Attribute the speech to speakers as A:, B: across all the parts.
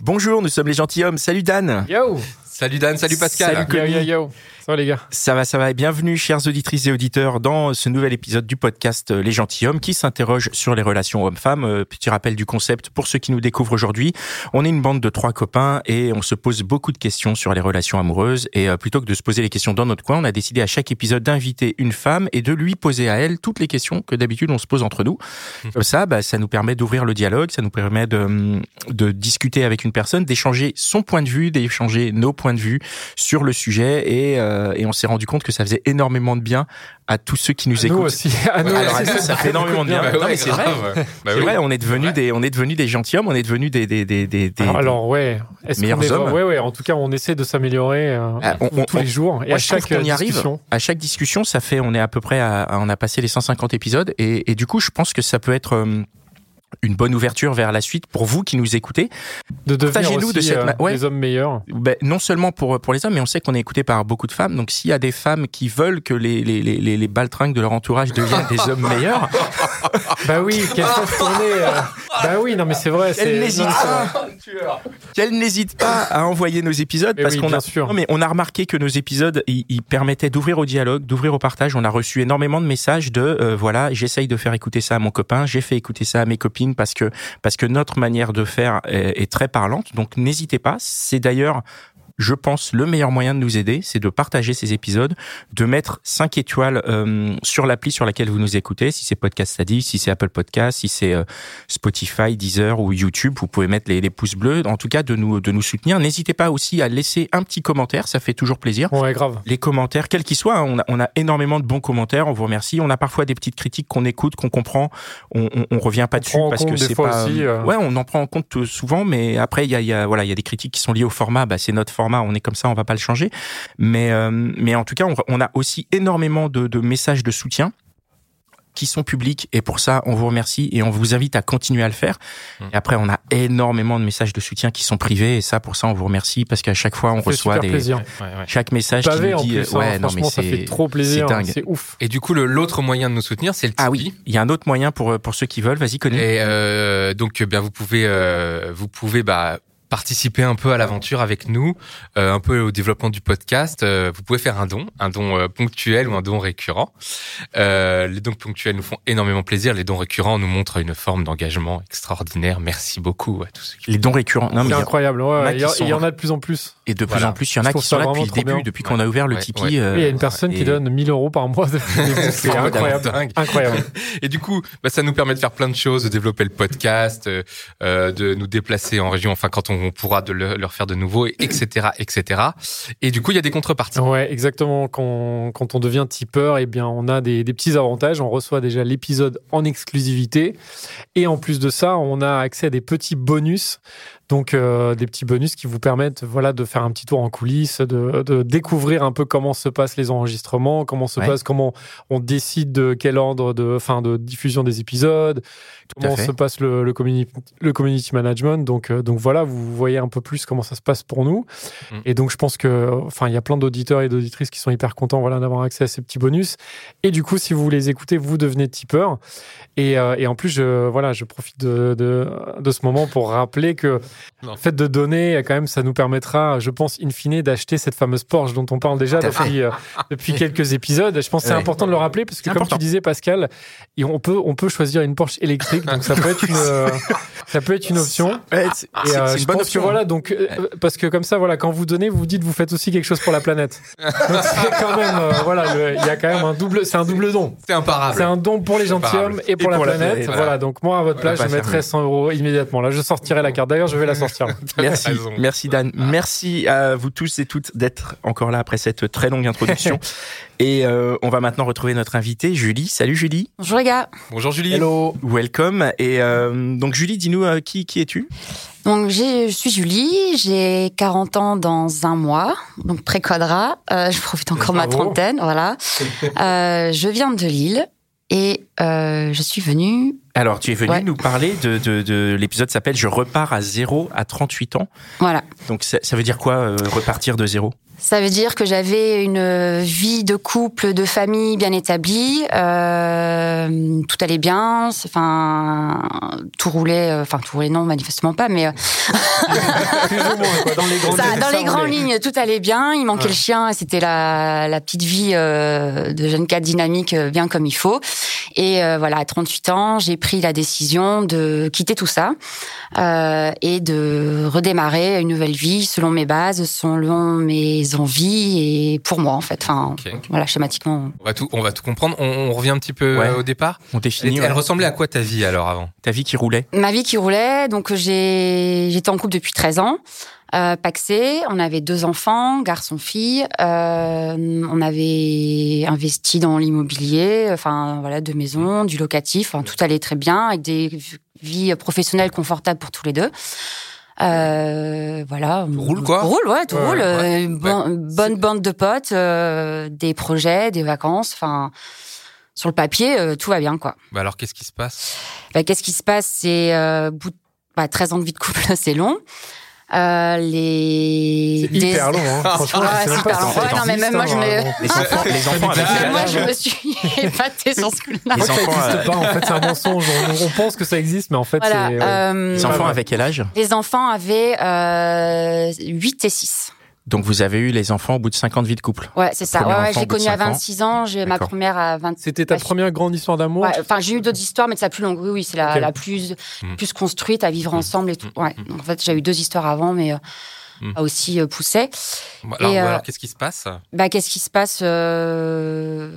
A: Bonjour, nous sommes les gentilshommes. Salut Dan.
B: Yo
C: Salut Dan, salut Pascal.
A: Salut.
B: Yo,
A: Connu.
B: yo, yo Ça va les gars
A: Ça va, ça va. Et bienvenue, chers auditrices et auditeurs, dans ce nouvel épisode du podcast euh, Les Gentilhommes qui s'interroge sur les relations hommes-femmes. Euh, Petit rappel du concept pour ceux qui nous découvrent aujourd'hui. On est une bande de trois copains et on se pose beaucoup de questions sur les relations amoureuses. Et euh, plutôt que de se poser les questions dans notre coin, on a décidé à chaque épisode d'inviter une femme et de lui poser à elle toutes les questions que d'habitude on se pose entre nous. Comme ça, bah, ça nous permet d'ouvrir le dialogue, ça nous permet de, hum, de discuter avec une personne, d'échanger son point de vue, d'échanger nos points de vue sur le sujet et, euh, et on s'est rendu compte que ça faisait énormément de bien à tous ceux qui nous
B: Nous
A: écoutent.
B: aussi, à nous
C: Ouais,
A: Alors,
B: aussi,
A: attends, ça fait énormément de bien.
C: Bah
A: Non,
C: ouais,
A: mais c'est vrai.
C: grave. Bah
A: C'est
C: oui.
A: vrai, on est devenu
C: Ouais.
A: des, on est devenu des gentilshommes, on est devenu des, des, des, des, des-
B: Alors, alors, ouais. Est-ce qu'on
A: Meilleurs
B: est-
A: hommes.
B: Ouais, ouais. En tout cas, on essaie de s'améliorer euh,
A: Ah, on- on-
B: tous les jours et
A: Moi,
B: à
A: je trouve
B: chaque euh,
A: qu'on y arrive.
B: discussion.
A: À chaque discussion, ça fait, on est à peu près, à, à- on a passé les 150 épisodes et, et du coup, je pense que ça peut être euh, une bonne ouverture vers la suite pour vous qui nous écoutez.
B: De devenir
A: Partagez-nous
B: aussi
A: de cette
B: euh,
A: ma- ouais.
B: des hommes meilleurs.
A: Ben, non seulement pour, pour les hommes, mais on sait qu'on est écouté par beaucoup de femmes. Donc, s'il y a des femmes qui veulent que les, les, les, les les baltringues de leur entourage deviennent des hommes meilleurs,
B: Bah oui, quelle fasse tournée euh. Bah oui, non mais c'est vrai. c'est-
A: Ah. Elle n'hésite
B: non, mais c'est
A: pas.
B: vrai.
A: qu'elles n'hésitent pas à envoyer nos épisodes
B: Mais
A: parce
B: Eh oui,
A: qu'on a
B: bien sûr.
A: Non, mais on a remarqué que nos épisodes ils, ils permettaient d'ouvrir au dialogue, d'ouvrir au partage. On a reçu énormément de messages de euh, voilà, j'essaye de faire écouter ça à mon copain, j'ai fait écouter ça à mes copines parce que parce que notre manière de faire est, est très parlante. Donc n'hésitez pas. C'est d'ailleurs je pense le meilleur moyen de nous aider, c'est de partager ces épisodes, de mettre 5 étoiles euh, sur l'appli sur laquelle vous nous écoutez, si c'est Podcast Addict, si c'est Apple Podcast, si c'est euh, Spotify, Deezer ou YouTube. Vous pouvez mettre les, les pouces bleus. En tout cas, de nous, de nous soutenir. N'hésitez pas aussi à laisser un petit commentaire. Ça fait toujours plaisir.
B: Ouais, grave.
A: Les commentaires, quels qu'ils soient, hein, on a, on a énormément de bons commentaires. On vous remercie. On a parfois des petites critiques qu'on écoute, qu'on comprend. On, on, on revient pas
B: On
A: dessus
B: prend en
A: parce que
B: compte des
A: c'est
B: fois
A: pas.
B: aussi, euh.
A: Ouais, on en prend en compte euh, souvent, mais après il y a, il y a voilà, il y a des critiques qui sont liées au format. Bah, c'est notre format. On est comme ça. On va pas le changer. Mais euh, mais en tout cas, on, on a aussi énormément de, de messages de soutien qui sont publics et pour ça on vous remercie et on vous invite à continuer à le faire.
B: Mmh.
A: Et après on a énormément de messages de soutien qui sont privés et ça pour ça on vous remercie parce qu'à chaque fois on
B: Ça fait
A: reçoit
B: super
A: des
B: plaisir.
A: chaque message qui
B: Pavé
A: nous
B: en
A: dit
B: plus.
A: euh,
B: hein,
A: ouais non mais
B: Franchement, ça
A: c'est-
B: fait trop plaisir.
A: c'est dingue.
B: C'est ouf.
C: Et du coup, le- l'autre moyen de nous soutenir, c'est le Tipeee.
A: Ah oui, il y a un autre moyen pour euh, pour ceux qui veulent, vas-y connais.
C: Et euh, donc, euh, bien, vous pouvez, euh, vous pouvez bah, participer un peu à l'aventure avec nous, euh, un peu au développement du podcast. Euh, vous pouvez faire un don, un don euh, ponctuel ou un don récurrent. Euh, les dons ponctuels nous font énormément plaisir. Les dons récurrents nous montrent une forme d'engagement extraordinaire. Merci beaucoup à tous ceux qui.
A: Les dons récurrents. Non, mais
B: C'est
A: il y a-
B: incroyable. ouais,
A: en a
B: ouais,
A: qui
B: Il y a-
A: sont-
B: il y en a de plus en plus.
A: et de plus
C: Voilà.
A: en plus, il y en a
B: Je
A: qui
B: trouve
A: sont
B: ça
A: là depuis
B: vraiment
A: le
B: trop
A: début,
B: bien.
A: depuis qu'on a ouvert le
C: Ouais,
A: Tipeee.
C: ouais.
A: euh,
B: Oui, Il y a une personne
A: et-
B: qui donne 1000 euros par mois. C'est incroyable.
C: Dingue.
B: Incroyable.
C: Et du coup, bah, ça nous permet de faire plein de choses, de développer le podcast, euh, euh, de nous déplacer en région, enfin quand on, on pourra de le, leur faire de nouveau, et- etc., etc. Et du coup, il y a des contreparties.
B: Ouais, exactement. Quand, quand on devient tipeur, eh bien, on a des, des petits avantages. On reçoit déjà l'épisode en exclusivité. Et en plus de ça, on a accès à des petits bonus. Donc, euh, des petits bonus qui vous permettent voilà, de faire un petit tour en coulisses, de, de découvrir un peu comment se passent les enregistrements, comment se
A: Ouais.
B: passe, comment on décide de quel ordre de, fin de diffusion des épisodes,
A: à
B: comment
A: fait.
B: se passe le, le, communi- le community management. Donc, euh, donc voilà, vous voyez un peu plus comment ça se passe pour nous.
C: Mm.
B: Et donc je pense que, enfin, il y a plein d'auditeurs et d'auditrices qui sont hyper contents voilà, d'avoir accès à ces petits bonus. Et du coup, si vous les écoutez, vous devenez tipeur. Et, euh, et en plus, je, voilà, je profite de, de, de ce moment pour rappeler que
C: Non.
B: le fait de donner, quand même, ça nous permettra, je pense, in fine, d'acheter cette fameuse Porsche dont on parle déjà
A: Tout à fait.
B: depuis, euh, depuis quelques épisodes. Je pense que c'est
A: Ouais.
B: important de le rappeler parce que,
A: C'est
B: comme
A: important.
B: tu disais, Pascal, et on peut, on peut choisir une Porsche électrique, donc ça peut être une, euh, Ça peut être une option.
A: Ouais, c'est
B: Et
A: c'est-
B: euh,
A: c'est
B: je
A: une bonne
B: pense
A: option.
B: que voilà, donc, euh, parce que comme ça, voilà, quand vous donnez, vous dites, vous faites aussi quelque chose pour la planète. Donc, c'est quand même, euh, voilà, le- il y a quand même un double, c'est un double don.
C: C'est imparable.
B: Ah, C'est un don pour les gentilshommes
C: Comparable.
B: et pour, la, planète. Voilà.
C: voilà.
B: donc moi, à votre
C: On
B: place,
C: va
B: je
C: pas faire
B: mettrais
C: mieux.
B: 100 euros immédiatement. Là, je sortirai la carte. D'ailleurs, je vais la sortir.
A: Merci,
C: raison.
A: merci Dan. Merci à vous tous et toutes d'être encore là après cette très longue introduction. et euh, on va maintenant retrouver notre invitée, Julie. Salut Julie,
D: Bonjour les gars.
C: Bonjour Julie.
B: Hello.
A: welcome. Et euh, donc Julie, dis-nous euh, qui, qui es-tu
D: Donc j'ai- je suis Julie, j'ai 40 ans dans un mois, donc pré-quadra. Euh, je profite encore de ma
B: Bravo.
D: trentaine, voilà. Euh, je viens de Lille et euh, je suis venue.
A: Alors tu es venue
D: Ouais.
A: nous parler de, de, de- l'épisode s'appelle Je repars à zéro à 38 ans.
D: Voilà.
A: Donc ça, ça veut dire quoi euh, repartir de zéro
D: Ça veut dire que j'avais une vie de couple, de famille bien établie. euh, tout allait bien. c'est- Enfin, tout roulait. euh, Enfin, tout roulait non, manifestement pas. Mais euh,
B: Plus ou moins, quoi, dans les grandes,
D: Ça,
B: lignes,
D: dans
B: ça
D: les
B: roulait.
D: grandes lignes, tout allait bien. Il manquait
B: Ouais.
D: le chien. et C'était la, la petite vie euh, de jeune cadre dynamique, euh, bien comme il faut. Et euh, voilà, à 38 ans, j'ai pris la décision de quitter tout ça euh, et de redémarrer une nouvelle vie selon mes bases, selon mes envies et pour moi, en fait. Enfin,
C: Ok.
D: voilà, schématiquement.
C: On va tout, on va tout comprendre. On, on revient un petit peu
A: Ouais.
C: euh, au départ.
A: On
C: Elle,
A: définit
C: était- elle
A: euh,
C: ressemblait à quoi ta vie alors avant
A: ta vie qui roulait.
D: Ma vie qui roulait, donc j'ai j'étais en couple depuis 13 ans. Euh, paxé, on avait deux enfants, garçon-fille. Euh, on avait investi dans l'immobilier, enfin voilà, deux maisons, du locatif. Enfin, tout allait très bien, avec des vies professionnelles confortables pour tous les deux. Euh, voilà.
C: Tout roule, quoi.
D: Tout Roule, ouais, tout
C: Ouais,
D: roule.
C: ouais,
D: Euh, bon- bonne bande de potes, euh, des projets, des vacances. Enfin, sur le papier, euh, tout va bien, quoi.
C: Bah alors qu'est-ce qui se passe
D: Bah, Qu'est-ce qui se passe C'est euh, bout de- bah, 13 ans de vie de couple, c'est long. Euh, les
B: C'est hyper
D: des-
B: long, hein. franchement.
D: Ah,
B: je sais même
D: c'est
B: pas
D: hyper
B: si
D: long.
B: ça
D: Ouais, non, mais même moi, je
B: existe,
D: me-
B: hein,
A: Les enfants, les enfants avec
C: Ah,
D: Même moi,
A: l'âge.
D: je me suis épatée sur ce coup-là.
A: Les
B: Je crois que
A: enfants,
B: ça
A: euh,
B: n'existe pas, en fait, c'est un mensonge. On, on pense que ça existe, mais en fait,
D: Voilà,
B: c'est. ouais.
D: euh,
A: Les enfants avec quel âge
D: les enfants avaient euh, 8 et 6.
A: Donc vous avez eu les enfants au bout de 50 vies de couple.
D: Ouais, c'est ça.
A: Premier
D: Ouais, ouais,
A: enfant au
D: j'ai
A: bout de
D: connu à
A: cinq ans.
D: 26 ans, j'ai ma
A: D'accord.
D: première à 20
B: C'était ta
D: Ouais.
B: première grande histoire d'amour.
D: bah, Ouais, Enfin, j'ai eu d'autres histoires, mais de ça plus longue. Oui, oui, c'est la,
B: Ok.
D: la plus,
C: Mm.
D: plus construite à vivre ensemble et tout.
C: Mm.
D: Ouais. Donc, en fait, j'ai eu deux histoires avant, mais euh,
C: Mm.
D: ça aussi euh, poussait.
C: Bon, Bah, Alors,
D: Et, euh,
C: alors, qu'est-ce qui se passe
D: Bah, qu'est-ce qui se passe euh,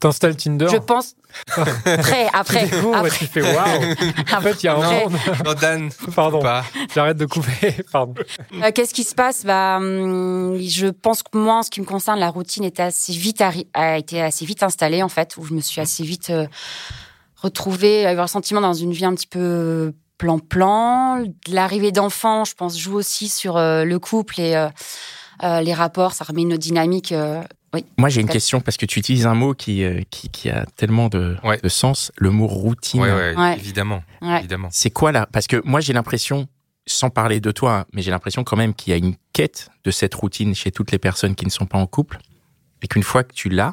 B: T'installes Tinder.
D: Je pense. Après, après,
B: Tu découvres et
D: après.
B: tu fais waouh. En fait, il y a un
D: Après.
B: monde.
C: Non Dan,
B: Pardon,
C: pas.
B: j'arrête de couper. Pardon.
D: Euh, Qu'est-ce qui se passe Bah, hum, je pense que moi, en ce qui me concerne, la routine était assez vite arri- a été assez vite installée en fait, où je me suis assez vite euh, retrouvée, à avoir le sentiment dans une vie un petit peu plan-plan. L'arrivée d'enfants, je pense, joue aussi sur euh, le couple et euh, euh, les rapports. Ça remet une dynamique. euh, oui.
A: Moi, j'ai une
D: Peut-être.
A: question parce que tu utilises un mot qui, euh, qui, qui a tellement de,
C: Ouais.
A: de sens, le mot routine.
C: Ouais, ouais,
D: Ouais.
C: évidemment,
D: Ouais.
C: évidemment.
A: C'est quoi là Parce que moi, j'ai l'impression, sans parler de toi, hein, mais j'ai l'impression quand même qu'il y a une quête de cette routine chez toutes les personnes qui ne sont pas en couple et qu'une fois que tu l'as,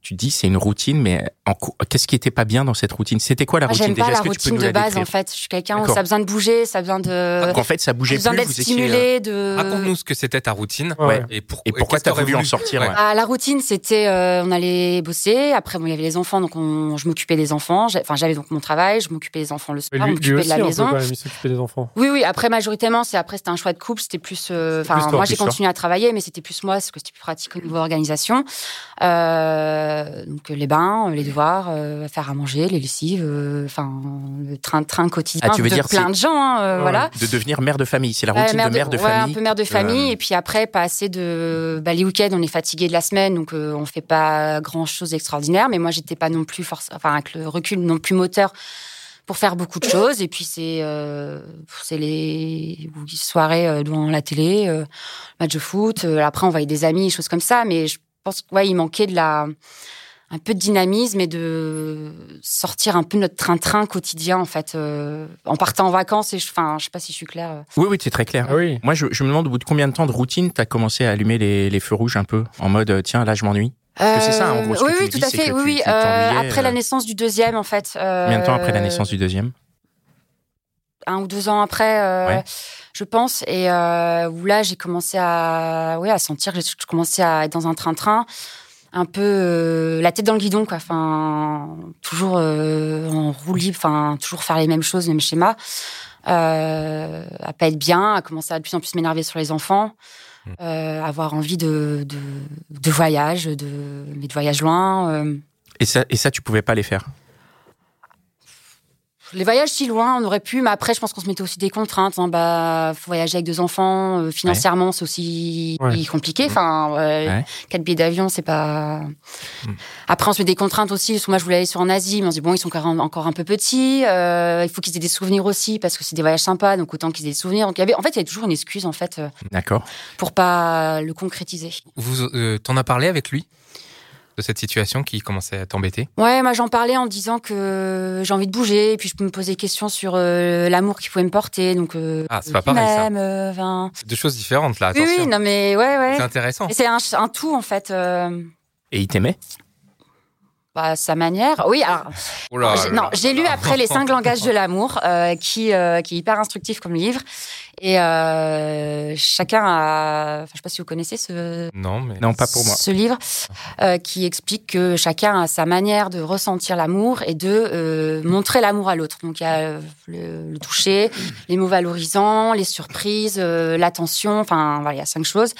A: tu te dis c'est une routine, mais en cou- qu'est-ce qui était pas bien dans cette routine C'était quoi la
D: Moi,
A: routine
D: Ah, j'aime pas
A: déjà
D: la
A: Est-ce que tu peux
D: routine
A: nous
D: de
A: la
D: base
A: décrire
D: en fait. Je suis quelqu'un où
A: D'accord. Ah,
D: ça a besoin de bouger, ça a besoin de,
A: Donc, en fait, ça
D: ça a
A: bougeait plus.
D: besoin d'être
A: vous étiez, euh,
D: stimulé, de.
C: Raconte-nous ce que c'était ta routine
A: Ouais.
C: et, pour-
A: Et pourquoi
C: qu'est-ce
A: t'as
C: t'aurais
A: voulu en sortir
C: Ouais.
A: ouais.
D: Ah, la routine, c'était euh, on allait bosser. Après, bon, il y avait les enfants, donc on- je m'occupais des enfants. J'ai- Enfin, j'avais donc mon travail, je m'occupais des enfants le
B: Mais
D: soir, Ah, on
B: lui, lui
D: m'occupais
B: aussi,
D: de la
B: un peu,
D: maison.
B: quand même, il s'occupait des enfants.
D: Oui, oui. Après, majoritairement, c'est après c'était un choix de couple. C'était plus. euh,
B: C'était
D: Enfin,
B: plus toi,
D: moi, j'ai
A: plus toi.
D: continué à travailler, mais c'était plus moi, parce que c'était plus pratique au niveau organisation. Euh, donc les bains, les devoirs, euh, faire à manger, les lessives, euh, enfin le train-train quotidien
A: Ah, tu veux
D: de
A: dire
D: plein
A: c'est-
D: de gens, hein, euh,
B: Ouais.
D: voilà.
A: De devenir mère de famille. C'est la
D: Ouais,
A: routine de mère de
D: ouais,
A: famille.
D: un peu mère de famille.
A: Euh,
D: Et puis après, pas assez de. Bah, les week-ends, on est fatigué de la semaine, donc euh, on fait pas grand-chose d'extraordinaire. Mais moi, j'étais pas non plus, force... enfin, avec le recul, non plus moteur pour faire beaucoup de choses. Et puis, c'est euh, c'est les soirées euh, devant la télé, euh, match de foot. Euh, après, on voyait des amis, choses comme ça. Mais je pense qu'il ouais, il manquait de la. Un peu de dynamisme et de sortir un peu notre train-train quotidien, en fait, euh, en partant en vacances. Et je, enfin, je sais pas si je suis claire. euh.
A: Oui, oui, c'est très clair.
B: Ah oui.
A: Moi, je, je me demande au bout de combien de temps de routine t'as commencé à allumer les, les feux rouges un peu en mode euh, tiens là je m'ennuie. Parce que c'est ça, en gros, ce que
D: Euh, oui,
A: tu
D: oui,
A: me
D: tout
A: dis,
D: à
A: c'est
D: fait.
A: que
D: oui,
A: tu-
D: oui.
A: tu t'ennuyais,
D: après
A: euh,
D: la naissance du deuxième, en fait. euh,
A: Combien de temps après la naissance du deuxième
D: Un ou deux ans après, euh,
A: Ouais.
D: je pense. Et euh, où là, j'ai commencé à, ouais, à sentir que je je commençais à être dans un train-train. Un peu euh, la tête dans le guidon, quoi. Enfin, toujours euh, en roue libre, enfin, toujours faire les mêmes choses, les mêmes schémas. euh, à pas être bien, à commencer à de plus en plus m'énerver sur les enfants,
A: Mmh.
D: euh, avoir envie de, de, de voyage, de, mais de voyage loin. euh.
A: Et ça, et ça, tu pouvais pas les faire.
D: Les voyages si loin, on aurait pu, mais après, je pense qu'on se mettait aussi des contraintes. hein. Bah, faut voyager avec deux enfants, euh, financièrement, c'est aussi
B: Ouais.
D: compliqué. Enfin, ouais,
A: Ouais.
D: quatre billets d'avion, c'est pas.
B: Hmm.
D: Après, on se met des contraintes aussi. Parce que moi, je voulais aller sur en Asie, mais on se dit bon, ils sont quand même encore un peu petits. euh, il faut qu'ils aient des souvenirs aussi, parce que c'est des voyages sympas, donc autant qu'ils aient des souvenirs. Donc, il y avait, en fait, il y avait toujours une excuse en fait euh,
A: D'accord.
D: pour pas le concrétiser.
C: Vous, euh, t'en as parlé avec lui de cette situation qui commençait à t'embêter
D: Ouais, moi j'en parlais en disant que j'ai envie de bouger, et puis je me posais des questions sur euh, l'amour qu'il pouvait me porter, donc. euh,
C: Ah, c'est pas pareil, ça.
D: qu'il m'aime, euh, enfin.
C: C'est Deux choses différentes là,
D: Oui,
C: attention.
D: oui, non mais ouais, ouais.
C: C'est intéressant.
D: Et C'est un, un tout en fait, euh,
A: Et il t'aimait
D: bah, sa manière. Oui, alors
C: Oh là
D: j'ai-
C: là
D: non,
C: là
D: j'ai
C: là
D: lu
C: là.
D: après les cinq langages de l'amour, euh, qui euh, qui est hyper instructif comme livre, et euh, chacun a. Enfin, je sais pas si vous connaissez ce.
C: Non, mais
A: Non, pas pour moi.
D: Ce livre euh, qui explique que chacun a sa manière de ressentir l'amour et de euh, montrer l'amour à l'autre. Donc il y a euh, le, le toucher, les mots valorisants, les surprises, euh, l'attention. Enfin voilà, il y a cinq choses.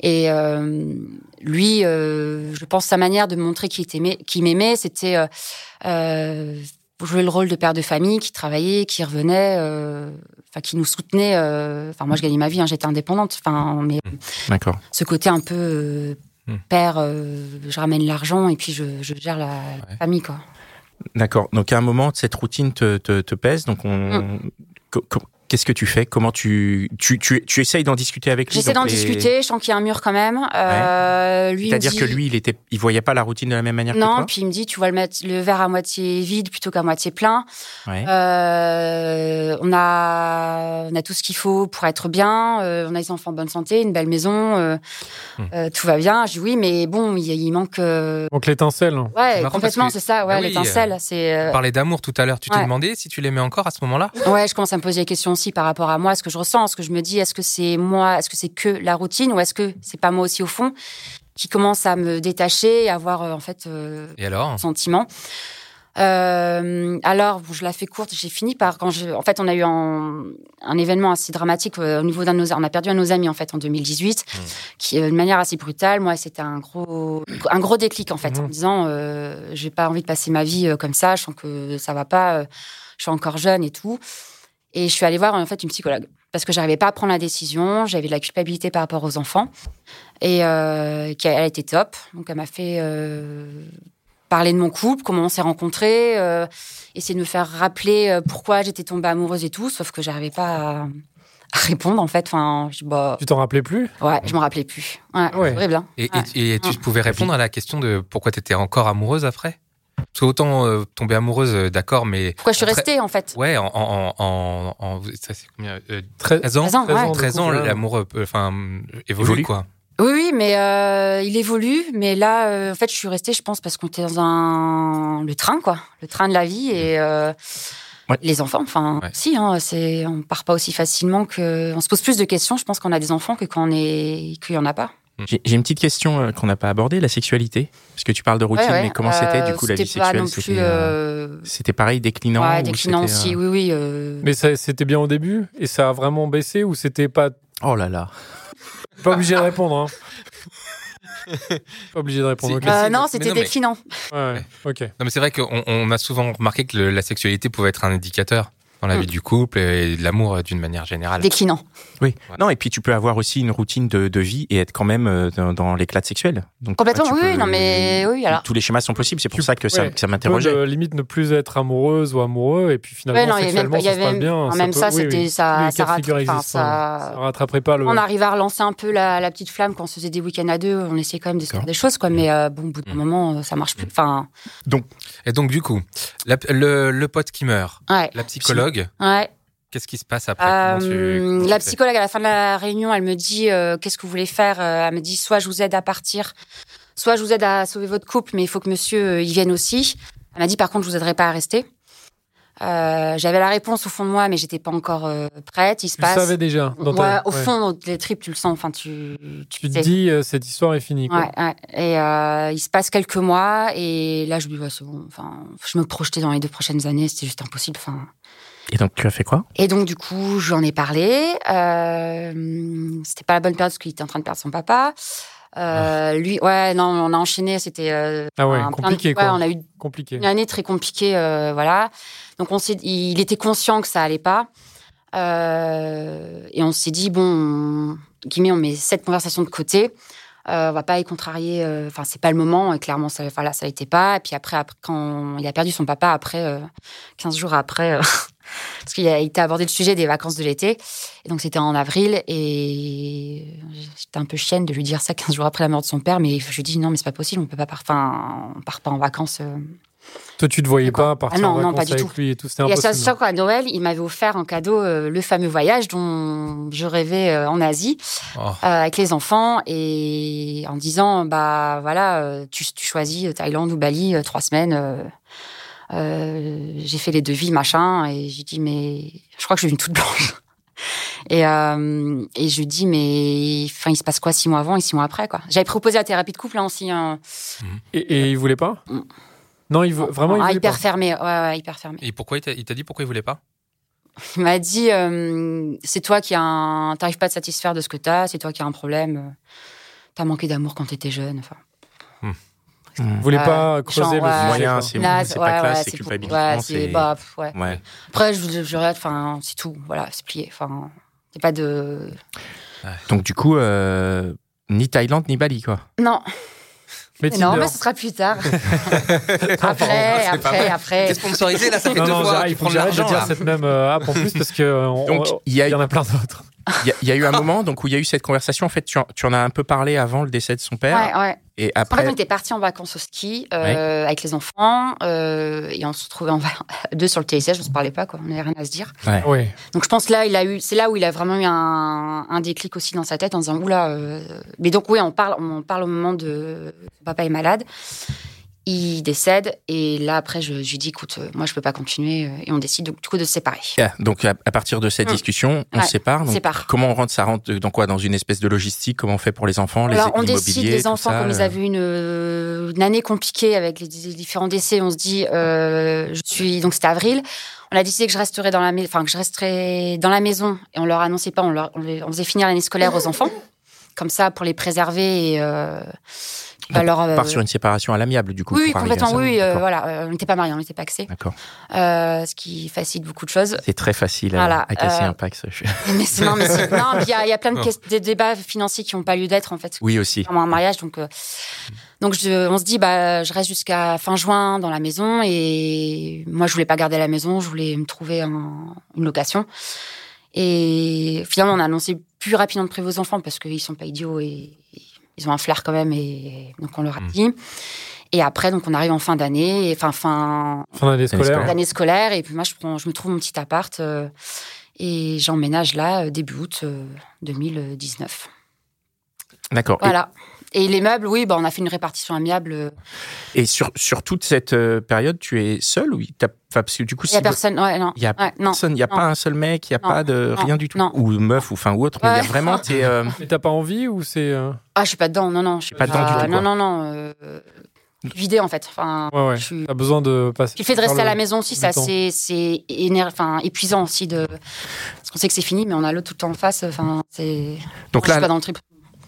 D: Et euh, lui, euh, je pense sa manière de me montrer qu'il était aimé- qu'il m'aimait, c'était euh, euh, jouer le rôle de père de famille qui travaillait, qui revenait, euh, enfin qui nous soutenait. euh, Enfin moi je gagnais ma vie, hein, j'étais indépendante. Enfin mais
A: D'accord.
D: ce côté un peu euh,
C: Hmm.
D: père, euh, je ramène l'argent et puis je, je gère la
C: Ouais.
D: famille quoi.
A: D'accord. Donc à un moment, cette routine te, te, te pèse. Donc on.
D: Mm.
A: co- co- Qu'est-ce que tu fais Comment tu tu, tu tu essayes d'en discuter avec lui
D: J'essaie
A: donc
D: d'en
A: les-
D: discuter, je sens qu'il y a un mur quand même. Euh, lui, il me
A: C'est-à-dire
D: dit-
A: que lui, il était, il voyait pas la routine de la même manière
D: non,
A: que toi.
D: puis il me dit tu vois le, mettre- le verre à moitié vide plutôt qu'à moitié plein.
A: Ouais.
D: Euh, on a on a tout ce qu'il faut pour être bien. euh, on a des enfants en bonne santé, une belle maison, euh, euh, tout va bien. Je dis oui, mais bon, il, il manque euh,
B: Donc l'étincelle.
D: ouais
C: marrant
D: complètement,
C: parce que-
D: c'est ça, ouais
C: Bah oui,
D: l'étincelle, c'est euh,
C: On parlait d'amour tout à l'heure. Tu t'es
D: Ouais.
C: demandé si tu l'aimais encore à ce moment-là
D: Ouais, je commence à me poser des questions aussi par rapport à moi, ce que je ressens, ce que je me dis, est-ce que c'est moi, est-ce que c'est que la routine ou est-ce que c'est pas moi aussi au fond qui commence à me détacher et avoir euh, en fait euh,
C: Et alors
D: sentiment. Euh, alors, bon, je la fais courte. J'ai fini par quand je. En fait, on a eu un, un événement assez dramatique euh, au niveau d'un de nos. On a perdu un de nos amis en fait en 2018, qui euh, de manière assez brutale. Moi, c'était un gros, un gros déclic en fait,
B: Mhm.
D: en me disant, euh, j'ai pas envie de passer ma vie euh, comme ça. Je sens que ça va pas. euh, je suis encore jeune et tout. Et je suis allée voir en fait une psychologue parce que j'arrivais pas à prendre la décision. J'avais de la culpabilité par rapport aux enfants et euh, qui a- elle a été top. Donc elle m'a fait euh, parler de mon couple, comment on s'est rencontrés, euh, essayer de me faire rappeler euh, pourquoi j'étais tombée amoureuse et tout. Sauf que j'arrivais pas à, à répondre en fait. Enfin, je, bah,
B: Tu t'en rappelais plus
D: ouais, je me rappelais plus. Ouais,
B: Ouais.
D: horrible. hein.
C: Et, et-
D: Ouais.
C: et, tu pouvais répondre à la question de pourquoi tu étais encore amoureuse après Parce que autant euh, tomber amoureuse, euh, d'accord, mais.
D: Pourquoi je suis
C: Après-
D: restée en fait
C: Ouais, en. en, en, en- en- ça, c'est combien Euh,
B: Très-
C: 13 ans
D: 13 ans, ouais.
C: 13 ans, l'amour euh, peut- enfin, évolue,
A: Évolue.
C: quoi.
D: Oui, oui, mais euh, il évolue. Mais là, euh, en fait, je suis restée, je pense, parce qu'on était dans un le train, quoi, le train de la vie et euh,
A: Mmh. Ouais.
D: les enfants. Enfin,
C: Ouais.
D: si, hein, c'est on part pas aussi facilement que on se pose plus de questions. Je pense qu'on a des enfants que quand on est qu'il y en a pas.
A: J'ai j'ai une petite question euh, qu'on n'a pas abordée, la sexualité. Parce que tu parles de routine,
D: Ouais, ouais.
A: mais comment
D: Euh,
A: c'était du coup la vie
D: c'était pas
A: sexuelle
D: non
A: C'était
D: plus.
A: euh,
D: euh,
A: c'était pareil, déclinant
D: ouais,
A: ou
D: déclinant
A: c'était, euh,
D: aussi. Oui, oui. euh,
B: Mais ça- c'était bien au début et ça a vraiment baissé ou c'était pas
A: Oh là là.
B: pas obligé de répondre. hein. pas obligé de répondre.
C: Si.
B: ok.
C: mais
D: euh, non,
C: mais
D: c'était
C: non, mais-
D: déclinant.
B: Ouais, ok.
C: Non, mais c'est vrai qu'on on a souvent remarqué que le- la sexualité pouvait être un indicateur dans la
D: Mm.
C: vie du couple et de l'amour euh, d'une manière
A: Ah,
C: générale.
D: Déclinant.
A: Oui.
C: Ouais.
A: Non, et puis tu peux avoir aussi une routine de, de vie et être quand même euh, dans, dans l'éclat sexuel. Donc,
D: Complètement,
A: tu
D: oui,
A: peux-
D: oui, non, mais oui, alors.
A: Tous les schémas sont possibles, c'est pour
B: Tu-
A: ça que ça,
B: ouais.
A: que ça
B: Tu peux,
A: m'interrogeait.
B: euh, limite ne plus être amoureuse ou amoureux et puis finalement
D: Ouais, non, il y avait même,
B: sexuellement
D: il y
B: ça se
D: avait
B: passe
D: même,
B: bien.
D: enfin, même
B: peut-
D: ça,
B: oui,
D: c'était
B: oui.
D: ça,
B: Les
D: ça,
B: cas de
D: rat-
B: figure
D: enfin,
B: existent,
D: ça-
B: ouais. Ça rattrapait pas le.
D: On arrive à relancer un peu la, la petite flamme quand on se faisait des week-ends à deux. On essayait quand même de se faire
A: D'accord.
D: des choses, quoi. Mais euh, bon, au bout d'un
C: Mm.
D: moment, euh, ça marche plus. Enfin,
C: Et donc, du coup, la- le, le pote qui meurt,
D: ouais,
C: la psychologue,
D: ouais.
C: qu'est-ce qui se passe après Comment tu-
D: Euh,
C: comment tu
D: la
C: fais
D: psychologue, à la fin de la réunion, elle me dit euh, Qu'est-ce que vous voulez faire Euh, Elle me dit Soit je vous aide à partir, soit je vous aide à sauver votre couple, mais il faut que monsieur euh, y vienne aussi. Elle m'a dit Par contre, je vous aiderai pas à rester. Euh, J'avais la réponse au fond de moi, mais j'étais pas encore euh, prête. Il se
B: Tu le
D: passe.
B: savais déjà. Dans ta-
D: Ouais, au
B: ouais.
D: fond, dans les tripes, tu le sens. Enfin, tu,
B: tu te
D: sais.
B: dis euh, cette histoire est finie. quoi.
D: Ouais, ouais. Et euh, il se passe quelques bah, mois, et là, je me dis, ouais, c'est bon. Enfin, je me projetais dans les deux prochaines années, c'était juste impossible. Enfin,
A: Et donc, tu as fait quoi
D: Et donc, du coup, j'en ai parlé. Euh, c'était pas la bonne période parce qu'il était en train de perdre son papa. Euh, Lui, ouais, non, on a enchaîné. C'était euh,
B: Ah ouais,
D: un plein de-
B: compliqué,
D: ouais,
B: quoi.
D: on a eu
B: Compliqué.
D: une année très compliquée, euh, voilà. Donc, on s'est, il était conscient que ça allait pas. Euh, et on s'est dit, bon, on, guillemets, on met cette conversation de côté. Euh, on va pas y contrarier. euh, Enfin, c'est pas le moment. Et clairement, ça, enfin, là, ça l'était pas. Et puis après, après, quand il a perdu son papa, après, euh, 15 jours après, euh, parce qu'il a été abordé le sujet des vacances de l'été. Et donc, c'était en avril. Et j'étais un peu chienne de lui dire ça 15 jours après la mort de son père. Mais je lui dis, non, mais c'est pas possible. On peut pas partir. Enfin, on part pas en vacances. euh,
B: Toi, tu te voyais
D: D'accord.
B: pas partir
D: Ah non,
B: en
D: non,
B: vacances
D: pas du
B: avec
D: tout.
B: lui et tout. C'était
D: il y a ça,
B: impossible.
D: ça qu'à Noël, il m'avait offert en cadeau euh, le fameux voyage dont je rêvais euh, en Asie
C: Oh.
D: euh, avec les enfants et en disant bah voilà euh, tu, tu choisis Thaïlande ou Bali euh, trois semaines. euh, euh, j'ai fait les devis machin et j'ai dit mais je crois que j'ai une toute blanche. Et, euh, et je lui dis mais enfin il se passe quoi six mois avant et six mois après quoi. J'avais proposé la thérapie de couple hein, aussi hein.
B: Et, et il voulait pas
D: Mm.
B: Non, il veut, vraiment, il
D: Ah,
B: voulait
D: hyper
B: pas.
D: fermé ouais, ouais hyper fermé.
C: Et pourquoi il t'a- il t'a dit pourquoi il voulait pas
D: Il m'a dit euh, c'est toi qui as un... t'arrives pas à te satisfaire de ce que t'as, c'est toi qui as un problème. euh, T'as manqué d'amour quand t'étais jeune. Enfin,
B: Il voulait
D: Ah,
B: pas
D: genre,
B: creuser le
D: ouais,
B: sujet,
A: Moyen,
B: quoi.
A: c'est-
D: naze,
A: pas classe, c'est
D: pour-
A: culpabilisant,
D: ouais, c'est-
A: c'est- Mm.
D: bah, pff, ouais.
A: Ouais.
D: Après, je, je, je regarde, enfin, c'est tout. Voilà, c'est plié. Enfin, y a pas de.
A: Donc, du coup, euh, ni Thaïlande, ni Bali, quoi.
D: Non,
B: Mais
D: mais non,
B: Tinder.
D: mais ce sera plus tard.
C: c'est pas
D: après, après,
C: vrai.
D: après.
C: T'es sponsorisé là, ça fait
B: Non,
C: deux
B: non,
C: fois.
B: j'arrête,
C: Tu
B: il faut
C: prends
B: que
C: de
B: j'arrête de
C: l'argent
B: dire
C: là.
B: cette même euh, app en plus parce que euh, on-
A: Donc,
B: on-
A: il y a-
B: il y en a plein d'autres.
A: Il y, a- il y a eu un moment donc où il y a eu cette conversation. En fait, tu en, tu en as un peu parlé avant le décès de son père.
D: Ouais, ouais.
A: Et
D: En fait,
A: après,
D: on était partis en vacances au ski euh, avec les enfants euh, et on se retrouvait en va- deux sur le TSH, on se parlait pas, quoi. on n'avait rien à se dire.
B: Ouais.
D: Donc je pense là, il a eu, c'est là où il a vraiment eu un, un déclic aussi dans sa tête en disant oula. euh... Mais donc oui, on parle, on parle au moment de son papa est malade, il décède et là après je, je lui dis écoute, euh, moi je peux pas continuer euh, et on décide donc du coup de se séparer.
A: Ah, donc à, à partir de cette
D: Mm.
A: discussion, on
D: Ouais,
A: se sépare.
D: on
A: Donc,
D: sépare.
A: Comment on rentre ça rentre dans quoi Dans une espèce de logistique Comment on fait pour les enfants, les
D: Alors, on
A: immobiliers,
D: décide les
A: tout
D: enfants,
A: ça,
D: comme ils
A: euh,
D: avaient une, euh, une année compliquée avec les, les différents décès, on se dit, euh, je suis donc c'était avril. On a décidé que je resterais dans la, mai- enfin que je resterais dans la maison et on leur annonçait pas, on leur, on, les- on faisait finir l'année scolaire aux enfants, comme ça pour les préserver et euh, pas
A: Donc,
D: leur. euh,
A: on part sur une séparation à l'amiable du coup.
D: oui, oui,
A: pour arriver à
D: complètement,
A: ça.
D: oui, euh,
A: D'accord.
D: voilà, euh, on n'était pas mariés, on n'était pas axés,
A: D'accord.
D: euh, ce qui facilite beaucoup de choses.
A: C'est très facile à-
D: Voilà,
A: à, casser
D: euh,
A: un pack. ça, je-
D: Mais c'est- non, mais c'est- non, il y a, il y a plein de
C: Non.
D: ques- des débats financiers qui n'ont pas lieu d'être en fait.
A: Oui aussi.
D: Vraiment un mariage. Donc, euh, donc je- on se dit, bah, je reste jusqu'à fin juin dans la maison. Et moi, je voulais pas garder la maison, je voulais me trouver un- une location. Et finalement, on a annoncé plus rapidement de prévu aux enfants parce qu'ils sont pas idiots et et ils ont un flair quand même. Et donc, on leur a
C: Mm.
D: dit. Et après, donc, on arrive en fin d'année, et enfin, fin,
B: Fin d'année
A: scolaire.
B: scolaire.
D: d'année scolaire. Et puis moi, je, prends, je me trouve mon petit appart euh, et j'emménage là euh, début août euh, 2019.
A: D'accord. Et-
D: Voilà. Et les meubles, oui, bah, on a fait une répartition amiable. euh,
A: Et, sur sur toute cette euh, période, tu es seul ou il t'a- enfin, parce que du coup,
D: Il n'y a
A: si vous-
D: personne. Ouais, non.
A: Il y a
D: Ouais, non.
A: personne, il n'y a
D: non.
A: pas un seul mec, il n'y a
D: Non,
A: pas de
D: non,
A: rien du tout,
D: non.
A: ou meuf, ou enfin ou autre. Mais il y a
D: Ouais.
A: vraiment tes. euh,
B: Mais t'as pas envie ou c'est. euh,
D: Ah, je suis pas dedans. Non, non. Je suis Ah,
A: pas dedans du tout, quoi.
D: Non, non, non. euh, euh, vidé, en fait. Enfin,
B: Ouais, ouais.
D: je suis-
B: T'as besoin de passer.
D: Puis le fait de rester
B: par
D: à
B: le-
D: la maison aussi, c'est
B: du temps.
D: assez c'est éner- enfin, épuisant aussi. De... Parce qu'on sait que c'est fini, mais on a l'autre tout le temps en face. Enfin, c'est...
A: Donc
D: je suis pas
A: là,
D: dans le trip.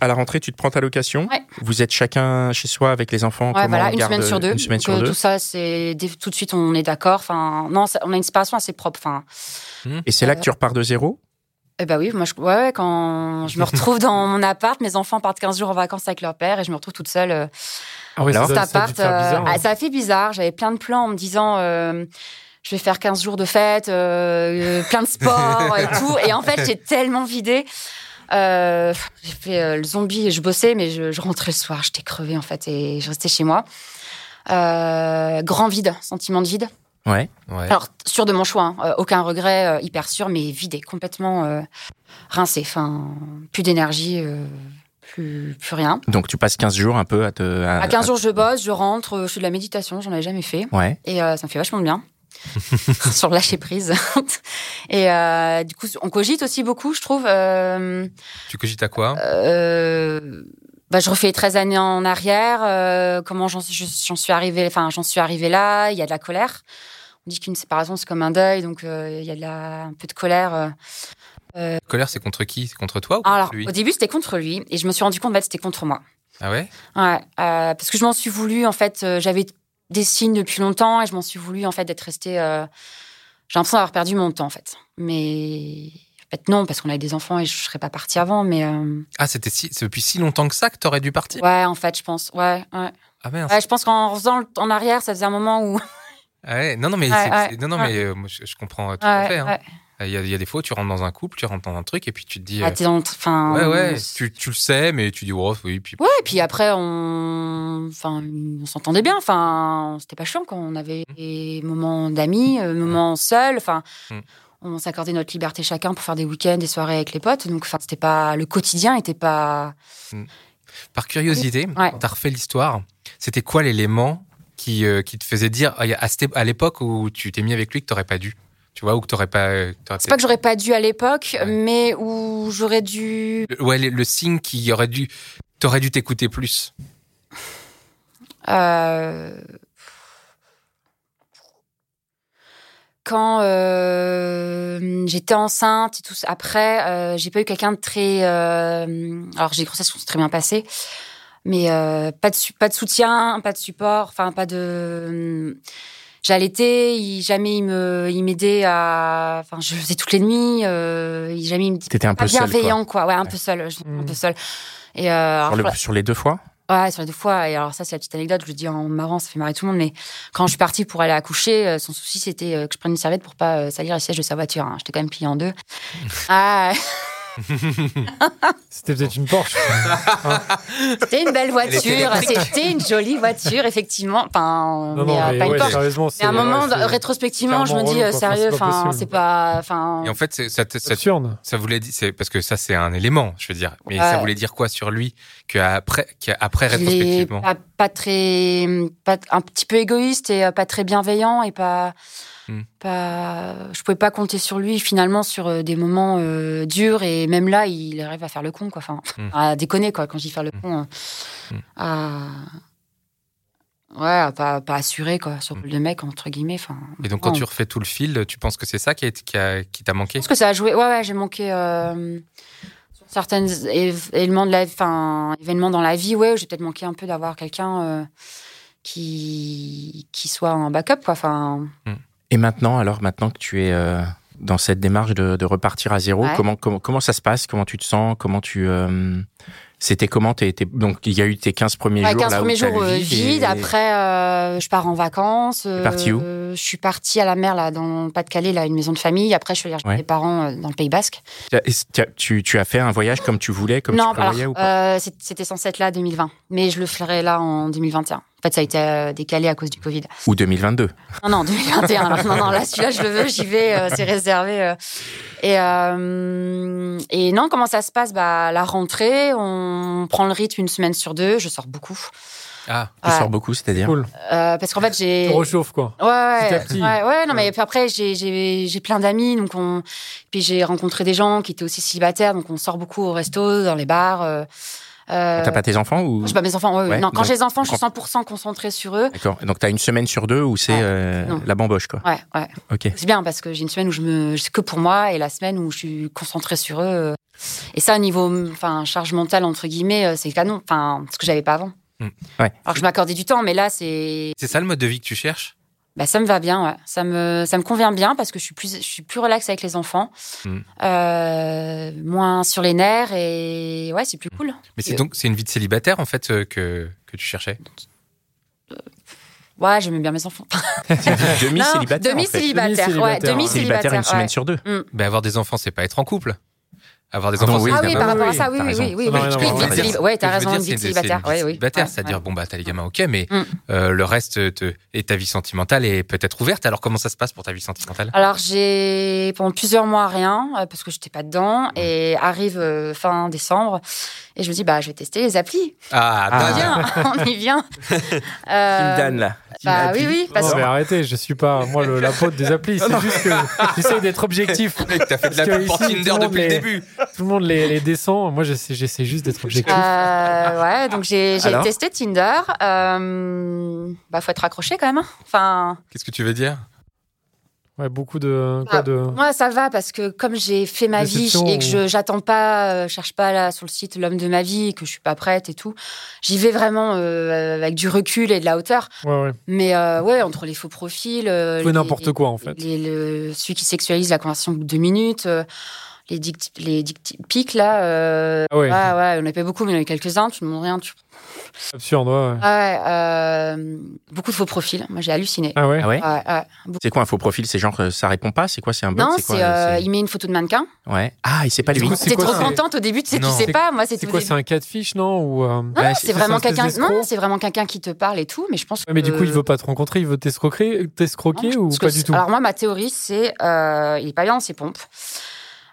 A: à la rentrée, tu te prends ta location.
D: Ouais.
A: Vous êtes chacun chez soi avec les enfants.
D: Ouais,
A: comment on
D: voilà, une
A: garde-
D: semaine sur deux.
A: Une semaine
D: Donc,
A: sur
D: euh,
A: deux.
D: Tout ça, c'est dès- tout de suite, on est d'accord. Enfin, non, ça- on a une séparation assez propre. Enfin,
A: Et c'est là que tu repars de zéro.
D: eh ben oui, moi, je, ouais, ouais, quand je me retrouve dans mon appart, mes enfants partent 15 jours en vacances avec leur père et je me retrouve toute seule. euh,
B: Ah ouais, ça,
A: Alors
B: ça,
D: cet
B: ça a dû
D: appart,
B: te faire
D: euh,
B: bizarre, hein.
D: ah, ça a fait bizarre. J'avais plein de plans en me disant. euh, je vais faire 15 jours de fête, euh, euh, plein de sport et tout. Et en fait, j'ai tellement vidé. Euh, j'ai fait euh, le zombie et je bossais, mais je, je rentrais le soir, j'étais crevée en fait et je restais chez moi. Euh, grand vide, sentiment de vide.
A: Ouais.
C: Ouais.
D: Alors, sûr de mon choix, hein. Euh, aucun regret, euh, hyper sûr, mais vidé, complètement euh, rincé. Enfin, plus d'énergie, euh, plus, plus rien.
A: Donc tu passes 15 jours un peu à te.
D: À
C: Ah.
D: 15 jours, je bosse, je rentre, euh, je fais de la méditation, j'en avais jamais fait.
A: Ouais.
D: Et euh, ça me fait vachement de bien. sur le lâcher prise. et euh, du coup, on cogite aussi beaucoup, je trouve. Euh,
C: Tu cogites à quoi
D: euh, bah, je refais 13 années en arrière. euh, comment j'en je- j'en suis arrivée Enfin, j'en suis arrivée là. Il y a de la colère. On dit qu'une séparation, c'est comme un deuil, donc euh, il y a de la- un peu de colère. euh. Ah,
C: Colère, c'est contre qui C'est contre toi ou contre
D: Alors, euh,
C: lui
D: au début, c'était contre lui, et je me suis rendu compte, en fait, c'était contre moi.
C: Ah ouais
D: Ouais, euh, parce que je m'en suis voulu, en fait, euh, j'avais des signes depuis longtemps et je m'en suis voulu, en fait, d'être restée. euh, J'ai l'impression d'avoir perdu mon temps, en fait. Mais en fait, non, parce qu'on avait des enfants et je serais pas partie avant, mais. euh,
C: Ah, c'était si- c'est depuis si longtemps que ça que t'aurais dû partir
D: ouais, en fait, je pense. Ouais, ouais.
C: Ah merde.
D: Ouais, je pense qu'en faisant le- en arrière, ça faisait un moment où.
C: Ah ouais, Non, non, mais,
D: Ouais,
C: c'est-
D: ouais,
C: c'est- non, non,
D: ouais.
C: mais euh, moi, je, je comprends tout à
D: Ouais,
C: fait. hein.
D: ouais.
C: Il y, a, il y a des fois où tu rentres dans un couple, tu rentres dans un truc et puis tu te dis.
D: Ah,
C: euh,
D: t'es dans le- Enfin.
C: ouais, ouais,
D: on-
C: tu, tu le sais, mais tu dis, oh, oui, puis.
D: Ah, Ouais, et puis après, on, enfin, on s'entendait bien. Enfin, c'était pas chiant quand on avait des moments d'amis, euh, moments seuls. Enfin,
C: Mm.
D: on s'accordait notre liberté chacun pour faire des week-ends, des soirées avec les potes. Donc, enfin, c'était pas le quotidien, était pas.
C: Par curiosité,
D: Ouais.
C: quand t'as refait l'histoire, c'était quoi l'élément qui, euh, qui te faisait dire ah, il y a- à, cette é- à l'époque où tu t'es mis avec lui que t'aurais pas dû Tu vois, ou que t'aurais pas. euh, que t'aurais
D: C'est pas que j'aurais pas dû à l'époque,
C: Ouais.
D: mais où j'aurais dû.
C: peut-être- Ouais, le, le signe qui aurait dû. T'aurais dû t'écouter plus.
D: euh, Quand euh, j'étais enceinte et tout ça, après, euh, j'ai pas eu quelqu'un de très. euh, alors, j'ai des grossesses qui se sont très bien passées, mais euh, pas, de, su- pas de soutien, pas de support, enfin, pas de. J'allaitais, il- jamais il me- il m'aidait à. Enfin, je faisais toutes les nuits, euh, il- jamais il me
A: T'étais un
D: pas
A: peu seul, quoi.
D: bienveillant, quoi. Ouais, un peu seul, je- un
B: Mm.
D: peu seul. Et euh, alors,
A: Sur, le-
D: voilà.
A: sur les deux fois
D: Ouais, sur les deux fois. Et alors ça, c'est la petite anecdote. Je le dis en marrant, ça fait marrer tout le monde. Mais quand je suis partie pour aller accoucher, euh, son souci c'était euh, que je prenne une serviette pour pas euh, salir le siège de sa voiture. hein. J'étais quand même pliée en deux. ah,
B: C'était peut-être une Porsche.
D: c'était une belle
C: Elle était
D: voiture. C'était une jolie voiture, effectivement. Enfin,
B: Non,
D: mais,
B: non,
D: euh,
B: mais
D: pas une
B: ouais,
D: Porsche.
B: sérieusement, c'est
D: Mais à un moment,
B: ouais, c'est
D: rétrospectivement, je me
B: clairement
D: dis euh,
B: relou, quoi. Enfin,
D: sérieux.
B: c'est pas
D: Enfin,
B: possible.
D: c'est pas. Enfin,
C: Et en fait, c'est- ça, te- ça, te-
B: absurde.
C: Ça voulait dire, c'est parce que ça c'est un élément, je veux dire. Mais ça
D: Ouais.
C: voulait dire quoi sur lui que après, qu'après
D: il est
C: rétrospectivement.
D: pas, pas très, pas, un petit peu égoïste et euh, pas très bienveillant et pas,
C: Hmm.
D: pas. Je pouvais pas compter sur lui finalement sur euh, des moments euh, durs et même là il arrive à faire le con quoi, enfin
C: Hmm.
D: à déconner quoi quand je dis faire le con, euh, à ouais à pas, pas assurer quoi
C: Hmm.
D: sur le mec entre guillemets, enfin.
C: Et donc quand
D: non.
C: tu refais tout le fil, tu penses que c'est ça qui a été- qui a- qui t'a
D: Je
C: manqué
D: pense que ça a joué. Ouais, ouais, j'ai manqué euh, sur certains év- éléments de la, enfin, événements dans la vie. Ouais, où j'ai peut-être manqué un peu d'avoir quelqu'un euh, qui qui soit un backup, quoi. Enfin,
A: Et maintenant, alors, maintenant que tu es euh, dans cette démarche de, de repartir à zéro,
D: Ouais.
A: comment, comment, comment ça se passe Comment tu te sens Comment tu. euh, C'était comment t'es- t'es- Donc, il y a eu tes 15 premiers
D: ouais,
A: jours.
D: 15
A: là, où
D: premiers
A: t'as
D: jours
A: le
D: euh,
A: vide et-
D: vides. Après, euh, je pars en vacances. euh,
A: partie où
D: Je suis partie à la mer, là, dans le Pas-de-Calais, là, une maison de famille. Après, je suis allée rejoindre
A: Ouais.
D: mes parents euh, dans le Pays Basque.
A: T'as- est-ce- t'as- Tu, tu as fait un voyage comme tu voulais, comme
D: non,
A: tu prévoyais
D: alors,
A: ou pas
D: euh, c'est- c'était censé être là 2020, mais je le ferai là en 2021. En fait, ça a été euh, décalé à cause du Covid.
A: Ou 2022
D: Non, non, 2021. alors. Non, non, là, celui-là, je le veux, j'y vais, euh, c'est réservé. euh. Et, euh, et non, comment ça se passe bah, La rentrée, on prend le rythme une semaine sur deux, je sors beaucoup.
C: Ah,
A: Tu
D: Ouais.
A: sors beaucoup, c'est-à-dire
B: Cool.
D: Euh, parce qu'en fait, j'ai.
B: Tu rechauffe, quoi.
D: Ouais, ouais,
B: Petit à petit.
D: ouais, ouais, non, mais
B: Ouais.
D: puis après, j'ai- j'ai j'ai plein d'amis, donc on. Puis j'ai rencontré des gens qui étaient aussi célibataires, donc on sort beaucoup au resto, dans les bars. euh, euh,
A: T'as pas tes enfants ou...
D: Je sais pas mes enfants. ouais, ouais.
A: Ouais,
D: non, quand
A: donc-
D: j'ai les enfants, je suis 100% concentrée sur eux.
A: D'accord. Donc, t'as une semaine sur deux où c'est
D: Ouais.
A: euh,
D: Non.
A: la bamboche, quoi.
D: Ouais, ouais.
A: Ok.
D: C'est bien parce que j'ai une semaine où je me c'est que pour moi et la semaine où je suis concentrée sur eux. euh, Et ça, au niveau enfin charge mentale entre guillemets, euh, c'est canon. Enfin, ce que j'avais pas avant.
C: Mm.
A: Ouais.
D: Alors que je m'accordais du temps, mais là c'est
C: c'est ça le mode de vie que tu cherches
D: bah, ça me va bien. Ouais. Ça me ça me convient bien parce que je suis plus je suis plus relax avec les enfants,
C: Mm.
D: Euh, moins sur les nerfs et ouais c'est plus cool.
C: Mais c'est
D: Euh.
C: donc c'est une vie de célibataire en fait euh, que que tu cherchais.
D: Ouais, j'aime bien mes enfants. Non,
A: Demi-célibataire. en fait.
D: Demi-célibataire. Ouais,
B: Demi-célibataire.
D: demi-célibataire.
A: Célibataire une semaine
D: ouais.
A: sur deux.
C: Mais avoir des enfants, c'est pas être en couple. Avoir des
A: Ah non,
C: enfants,
A: oui,
D: Ah
C: c'est
D: oui,
C: bien.
D: par
B: Ah
D: rapport à
B: oui,
D: ça, oui,
C: T'as
D: oui,
C: raison.
D: oui, oui,
B: Ça n'a
D: oui.
B: rien à voir.
D: Oui, une vie de
A: C'est-à-dire-
D: célib- Ouais,
C: Ce que
D: t'as
C: je veux
D: raison,
C: dire,
D: une vie de
C: c'est une-
D: célibataire.
C: c'est une vie
D: Ouais, oui.
C: célibataire,
D: Ouais,
C: c'est-à-dire
D: ouais.
C: bon bah t'as les gamins ok, mais
D: Mm.
C: euh, le reste te- et ta vie sentimentale est peut-être ouverte. Alors comment ça se passe pour ta vie sentimentale
D: Alors j'ai pendant plusieurs mois rien euh, parce que j'étais pas dedans et arrive euh, fin décembre et je me dis bah je vais tester les applis.
C: Ah,
D: On y
C: dingue.
D: vient, on y vient. Euh,
A: Team Dan, là.
D: bah oui oui parce
B: non,
D: que
B: mais arrêtez, je suis pas moi le, la pote des applis. C'est juste que j'essaye d'être objectif.
C: Mec, t'as fait de la
B: Parce que
C: pub pour
B: ici, tout
C: Tinder
B: le monde
C: depuis le
B: est-
C: début.
B: Tout le monde les, les descend. Moi, j'essaie, j'essaie juste d'être objectif.
D: euh, ouais donc j'ai j'ai
A: Alors
D: testé Tinder. Euh, bah faut être accroché quand même. hein. Enfin
C: Qu'est-ce que tu veux dire
B: Ouais, beaucoup de.
D: Ah,
B: Quoi, de...
D: Moi, ça va parce que comme j'ai fait ma vie
B: Déception
D: et que
B: ou-
D: je j'attends pas, euh, cherche pas là sur le site l'homme de ma vie, que je suis pas prête et tout, j'y vais vraiment euh, avec du recul et de la hauteur.
B: Ouais, ouais.
D: Mais euh, ouais, entre les faux profils, euh,
B: Tout et
D: les-
B: n'importe quoi, en fait.
D: les- le- celui qui sexualise la conversation au bout de deux minutes, euh, les dick les dick pics, là, euh,
B: Ah ouais.
D: ouais, ouais, on n'a pas beaucoup, mais il y en a eu quelques-uns, tu ne demandes rien, tu
B: Absurde, ouais, ouais.
D: Ouais, euh, beaucoup de faux profils. Moi, j'ai halluciné.
B: Ah ouais
A: Ah ouais
D: Ouais, ouais. Beaucoup.
A: C'est quoi un faux profil C'est genre euh, ça répond pas C'est quoi C'est un bug
D: Non,
A: quoi
D: c'est euh,
A: C'est-
D: il met une photo de mannequin.
A: Ouais. Ah, il sait pas
B: Du
A: lui.
B: coup,
D: T'es
B: quoi,
D: trop
B: c'est-
D: contente au début, tu sais, tu
C: Non.
D: sais
B: C'est-
D: pas. Moi, c'est
B: C'est
D: tout
B: quoi
D: début.
B: C'est un catfish, non Ou. euh,
A: Ouais,
D: Non, non,
A: c'est
D: c'est vraiment
B: ça, un espèce
D: quelqu'un.
B: d'escroc
D: Non, c'est vraiment quelqu'un qui te parle et tout. Mais je pense.
B: ouais, mais du
D: que-
B: coup, il veut pas te rencontrer, il veut t'escroquer t'escroquer
D: Non,
B: ou
D: parce
B: pas
D: que-
B: du tout
D: Alors moi, ma théorie, c'est euh, il est pas bien dans ses pompes.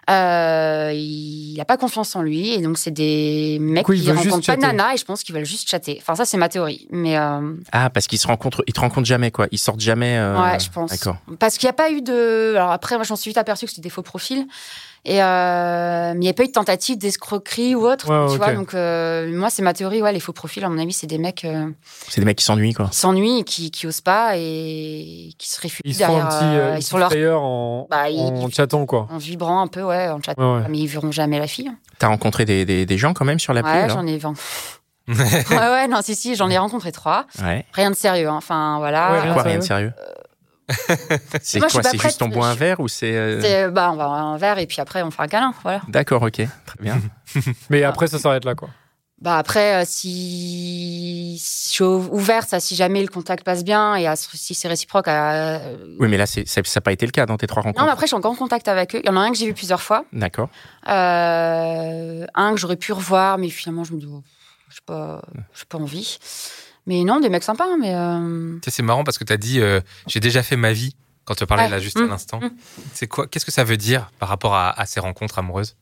D: Euh, il a pas confiance en lui et donc c'est des mecs
B: coup, il
D: qui
B: veut juste
D: rencontrent pas de
B: chatter.
D: nana et je pense qu'ils veulent juste chatter. Enfin ça c'est ma théorie, mais euh,
A: Ah, parce qu'ils se rencontrent, ils te rencontrent jamais quoi. Ils sortent jamais. euh,
B: Ah,
D: Ouais, je pense.
A: D'accord.
D: Parce qu'il n'y a pas eu de. Alors après, moi, je m'en suis vite aperçue que c'était des faux profils. Et euh, mais il n'y a pas eu de tentative d'escroquerie ou autre.
B: Ouais,
D: tu
B: ok.
D: vois, donc euh, moi, c'est ma théorie. Ouais, les faux profils, à mon avis, c'est des mecs euh,
A: C'est des mecs qui s'ennuient quoi.
D: qui s'ennuient, et qui, qui osent pas et qui se réfugient
B: Ils sont
D: derrière.
B: un petit,
D: euh,
B: euh,
D: ils
B: petit
D: sont leur.
B: player en,
D: Bah, ils-
B: en chaton, quoi.
D: En vibrant un peu, ouais, en chat.
B: Ouais, ouais.
D: Ah, Mais ils verront jamais la fille. hein.
A: T'as rencontré des, des, des gens quand même sur l'appli
D: Ouais,
A: alors
B: hein.
D: j'en ai 20. ouais, ouais, non, si, si, j'en ai rencontré trois.
A: Ouais.
D: Rien de sérieux, hein. enfin, voilà.
B: Ouais, rien
A: Quoi,
B: de
A: rien de sérieux C'est
D: Euh, Moi, je suis
A: quoi
D: pas
A: C'est juste
D: prête,
A: on boit un
D: je-
A: verre ou c'est euh,
D: C'est- euh, Bah, on va avoir un verre et puis après, on fera un câlin, voilà.
A: D'accord, ok, très bien.
B: Mais
D: ah.
B: après, ça s'arrête là, quoi.
D: Bah après, euh, si... si je suis ou- ouverte, ça, si jamais le contact passe bien et à ce- si c'est réciproque. à-
A: Oui, mais là, c'est- ça n'a pas été le cas dans tes trois rencontres.
D: Non, mais après, je suis encore en contact avec eux. Il y en a un que j'ai vu plusieurs fois,
A: D'accord.
D: euh, un que j'aurais pu revoir, mais finalement, je me dis, oh, je pas, j'ai pas envie. Mais non, des mecs sympas, hein, mais. euh,
C: Tu sais, C'est marrant parce que tu as dit euh, j'ai déjà fait ma vie quand tu parlais
D: Ouais.
C: là juste
D: Mm.
C: à l'instant.
D: Mm.
C: C'est quoi Qu'est-ce que ça veut dire par rapport à, à ces rencontres amoureuses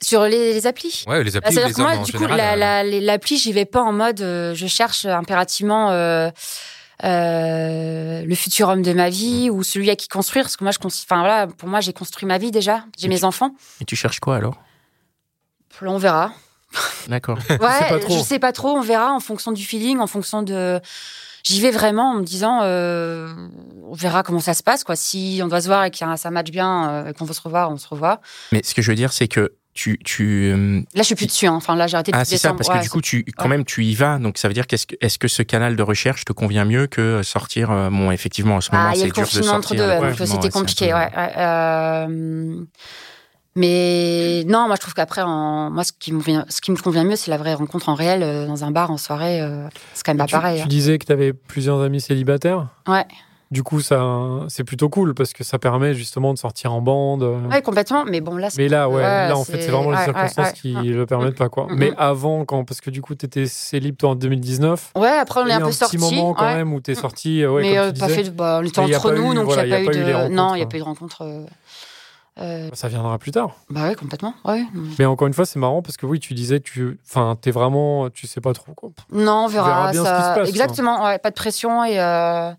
D: Sur les, les applis.
C: Ouais, les
D: Bah,
C: applis, ou
D: C'est-à-dire
C: les
D: que
C: hommes
D: moi,
C: en
D: du coup,
C: général,
D: la-
C: euh,
D: la- les- l'appli, j'y vais pas en mode euh, je cherche impérativement euh, euh, le futur homme de ma vie ou celui à qui construire. Parce que moi, je, cons- enfin, voilà, pour moi, j'ai construit ma vie déjà. J'ai mes enfants.
A: Et tu cherches quoi alors
D: Là, on verra.
A: D'accord.
D: Ouais,
B: pas trop.
D: je sais pas trop. On verra en fonction du feeling, en fonction de. J'y vais vraiment en me disant, euh, on verra comment ça se passe. Quoi. Si on doit se voir et que ça match bien, euh, et qu'on veut se revoir, on se revoit.
A: mais ce que je veux dire, c'est que tu. tu euh,
D: Là, je suis plus dessus. hein. Enfin, là, j'ai arrêté de
A: Ah, c'est ça, parce que du coup, tu, quand
D: ouais.
A: même, tu y vas. Donc, ça veut dire qu'est-ce que, est-ce que ce canal de recherche te convient mieux que sortir euh, Bon, effectivement, en ce moment,
D: Ah, il y a
A: c'est
D: le
A: dur de sortir.
D: confinement entre deux,
A: le
D: ouais, donc
A: confinement,
D: c'était
A: ouais, c'est un
D: compliqué.
A: peu-
D: Ouais, ouais, euh, Mais non, moi je trouve qu'après, en... moi ce qui me convient, ce qui me convient mieux, c'est la vraie rencontre en réel, euh, dans un bar, en soirée. euh, C'est quand même pas
B: tu,
D: pareil.
B: tu
D: hein.
B: disais que tu avais plusieurs amis célibataires.
D: Ouais.
B: Du coup, ça, c'est plutôt cool parce que ça permet justement de sortir en bande.
D: Ouais, complètement. Mais bon, là, c'est-
B: Mais là, ouais,
D: Ouais,
B: là, en
D: c'est-
B: fait, c'est vraiment les
D: ouais,
B: circonstances
D: ouais, ouais.
B: qui le permettent pas, quoi.
D: Mhm.
B: Mais avant, quand, parce que du coup, t'étais célib, toi, en 2019.
D: ouais, après on
B: Il
D: est
B: y a
D: un peu
B: petit
D: sorti.
B: moment, quand
D: ouais. Mm.
B: même, où t'es sorti, euh, ouais,
D: mais
B: comme
D: euh,
B: tu
D: pas
B: disais.
D: fait de- bah, on était
B: Mais il y a
D: entre
B: pas
D: nous,
B: eu-
D: donc il
B: voilà,
D: n'y a, pas eu
B: les
D: de.
B: rencontres,
D: Non, il n'y a
B: hein.
D: pas eu de rencontre. euh, euh,
B: Ça viendra plus tard.
D: Bah ouais, complètement. Ouais.
B: Mais encore une fois, c'est marrant parce que oui, tu disais, tu, enfin, t'es vraiment, tu sais pas trop, quoi.
D: Non, on verra.
B: verra bien
D: ça...
B: ce qui se passe, hein.
D: Exactement, ouais, pas de pression et. euh,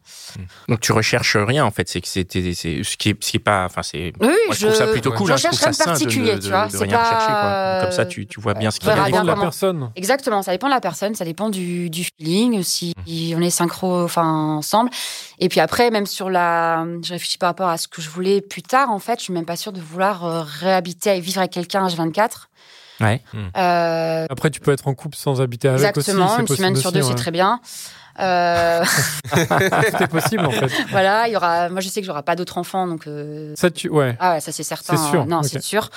A: Donc, tu recherches rien, en fait. C'est que c'était, c'est, ce qui est, ce qui est pas, enfin, c'est,
D: Oui,
A: Moi, je, trouve ça plutôt cool.
D: j'en
A: hein, je trouve
D: cherche
A: ça
D: rien
A: sain
D: de
A: de,
D: particulier,
A: de-
D: tu vois.
A: de
D: C'est
A: rien
D: pas- euh,
A: rechercher. Quoi. Comme ça, tu, tu vois bien ce qu'il y
D: verra
A: a
B: Ça
D: bien
B: dépend de la
D: comment-
B: personne.
D: Exactement, ça dépend de la personne, ça dépend du, du feeling, euh, si
A: Mmh.
D: on est synchro enfin, ensemble. Et puis après, même sur la. Je réfléchis par rapport à ce que je voulais plus tard, en fait, je suis même pas sûre de vouloir euh, réhabiter et vivre avec quelqu'un à 24.
A: Ouais.
D: Euh,
B: Après, tu peux être en couple sans habiter avec Mmh.
D: exactement,
B: aussi. c'est
D: une
B: possible
D: semaine sur
B: aussi,
D: deux,
B: ouais.
D: c'est très bien. Euh,
B: C'était possible, en fait.
D: voilà, il y aura. Moi, je sais que j'aurai pas d'autres enfants, donc. euh,
B: Ça, tu, ouais.
D: Ah ouais, ça c'est certain.
B: C'est sûr,
D: Euh, Non,
B: ok.
D: c'est sûr.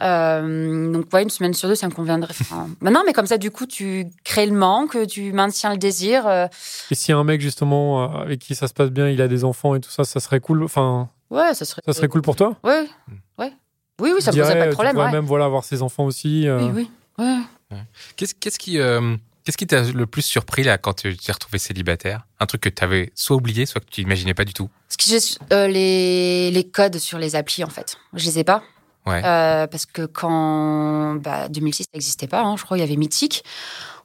D: Euh, donc ouais, une semaine sur deux, ça me conviendrait. Enfin, bah non, mais comme ça, du coup, tu crées le manque, tu maintiens le désir. euh,
B: Et si un mec, justement, euh, avec qui ça se passe bien, il a des enfants et tout ça, ça serait cool. Enfin,
D: ouais, ça serait.
B: ça serait cool pour toi.
D: Ouais, ouais. Oui, oui, ça
B: Tu
D: me poserait
B: dirais,
D: pas de
B: tu
D: problème.
B: pourrais
D: Ouais.
B: même, voilà, avoir ses enfants aussi. euh,
D: Oui, oui. Ouais.
C: Qu'est-ce qu'est-ce qui euh, qu'est-ce qui t'a le plus surpris là quand tu t'es retrouvé célibataire Un truc que tu avais soit oublié, soit que tu n'imaginais pas du tout.
D: Ce que j'ai- euh, les, les codes sur les applis, en fait. Je les ai pas.
C: Ouais.
D: Euh, parce que quand bah, 2006, ça n'existait pas. hein. je crois qu'il y avait Mythique.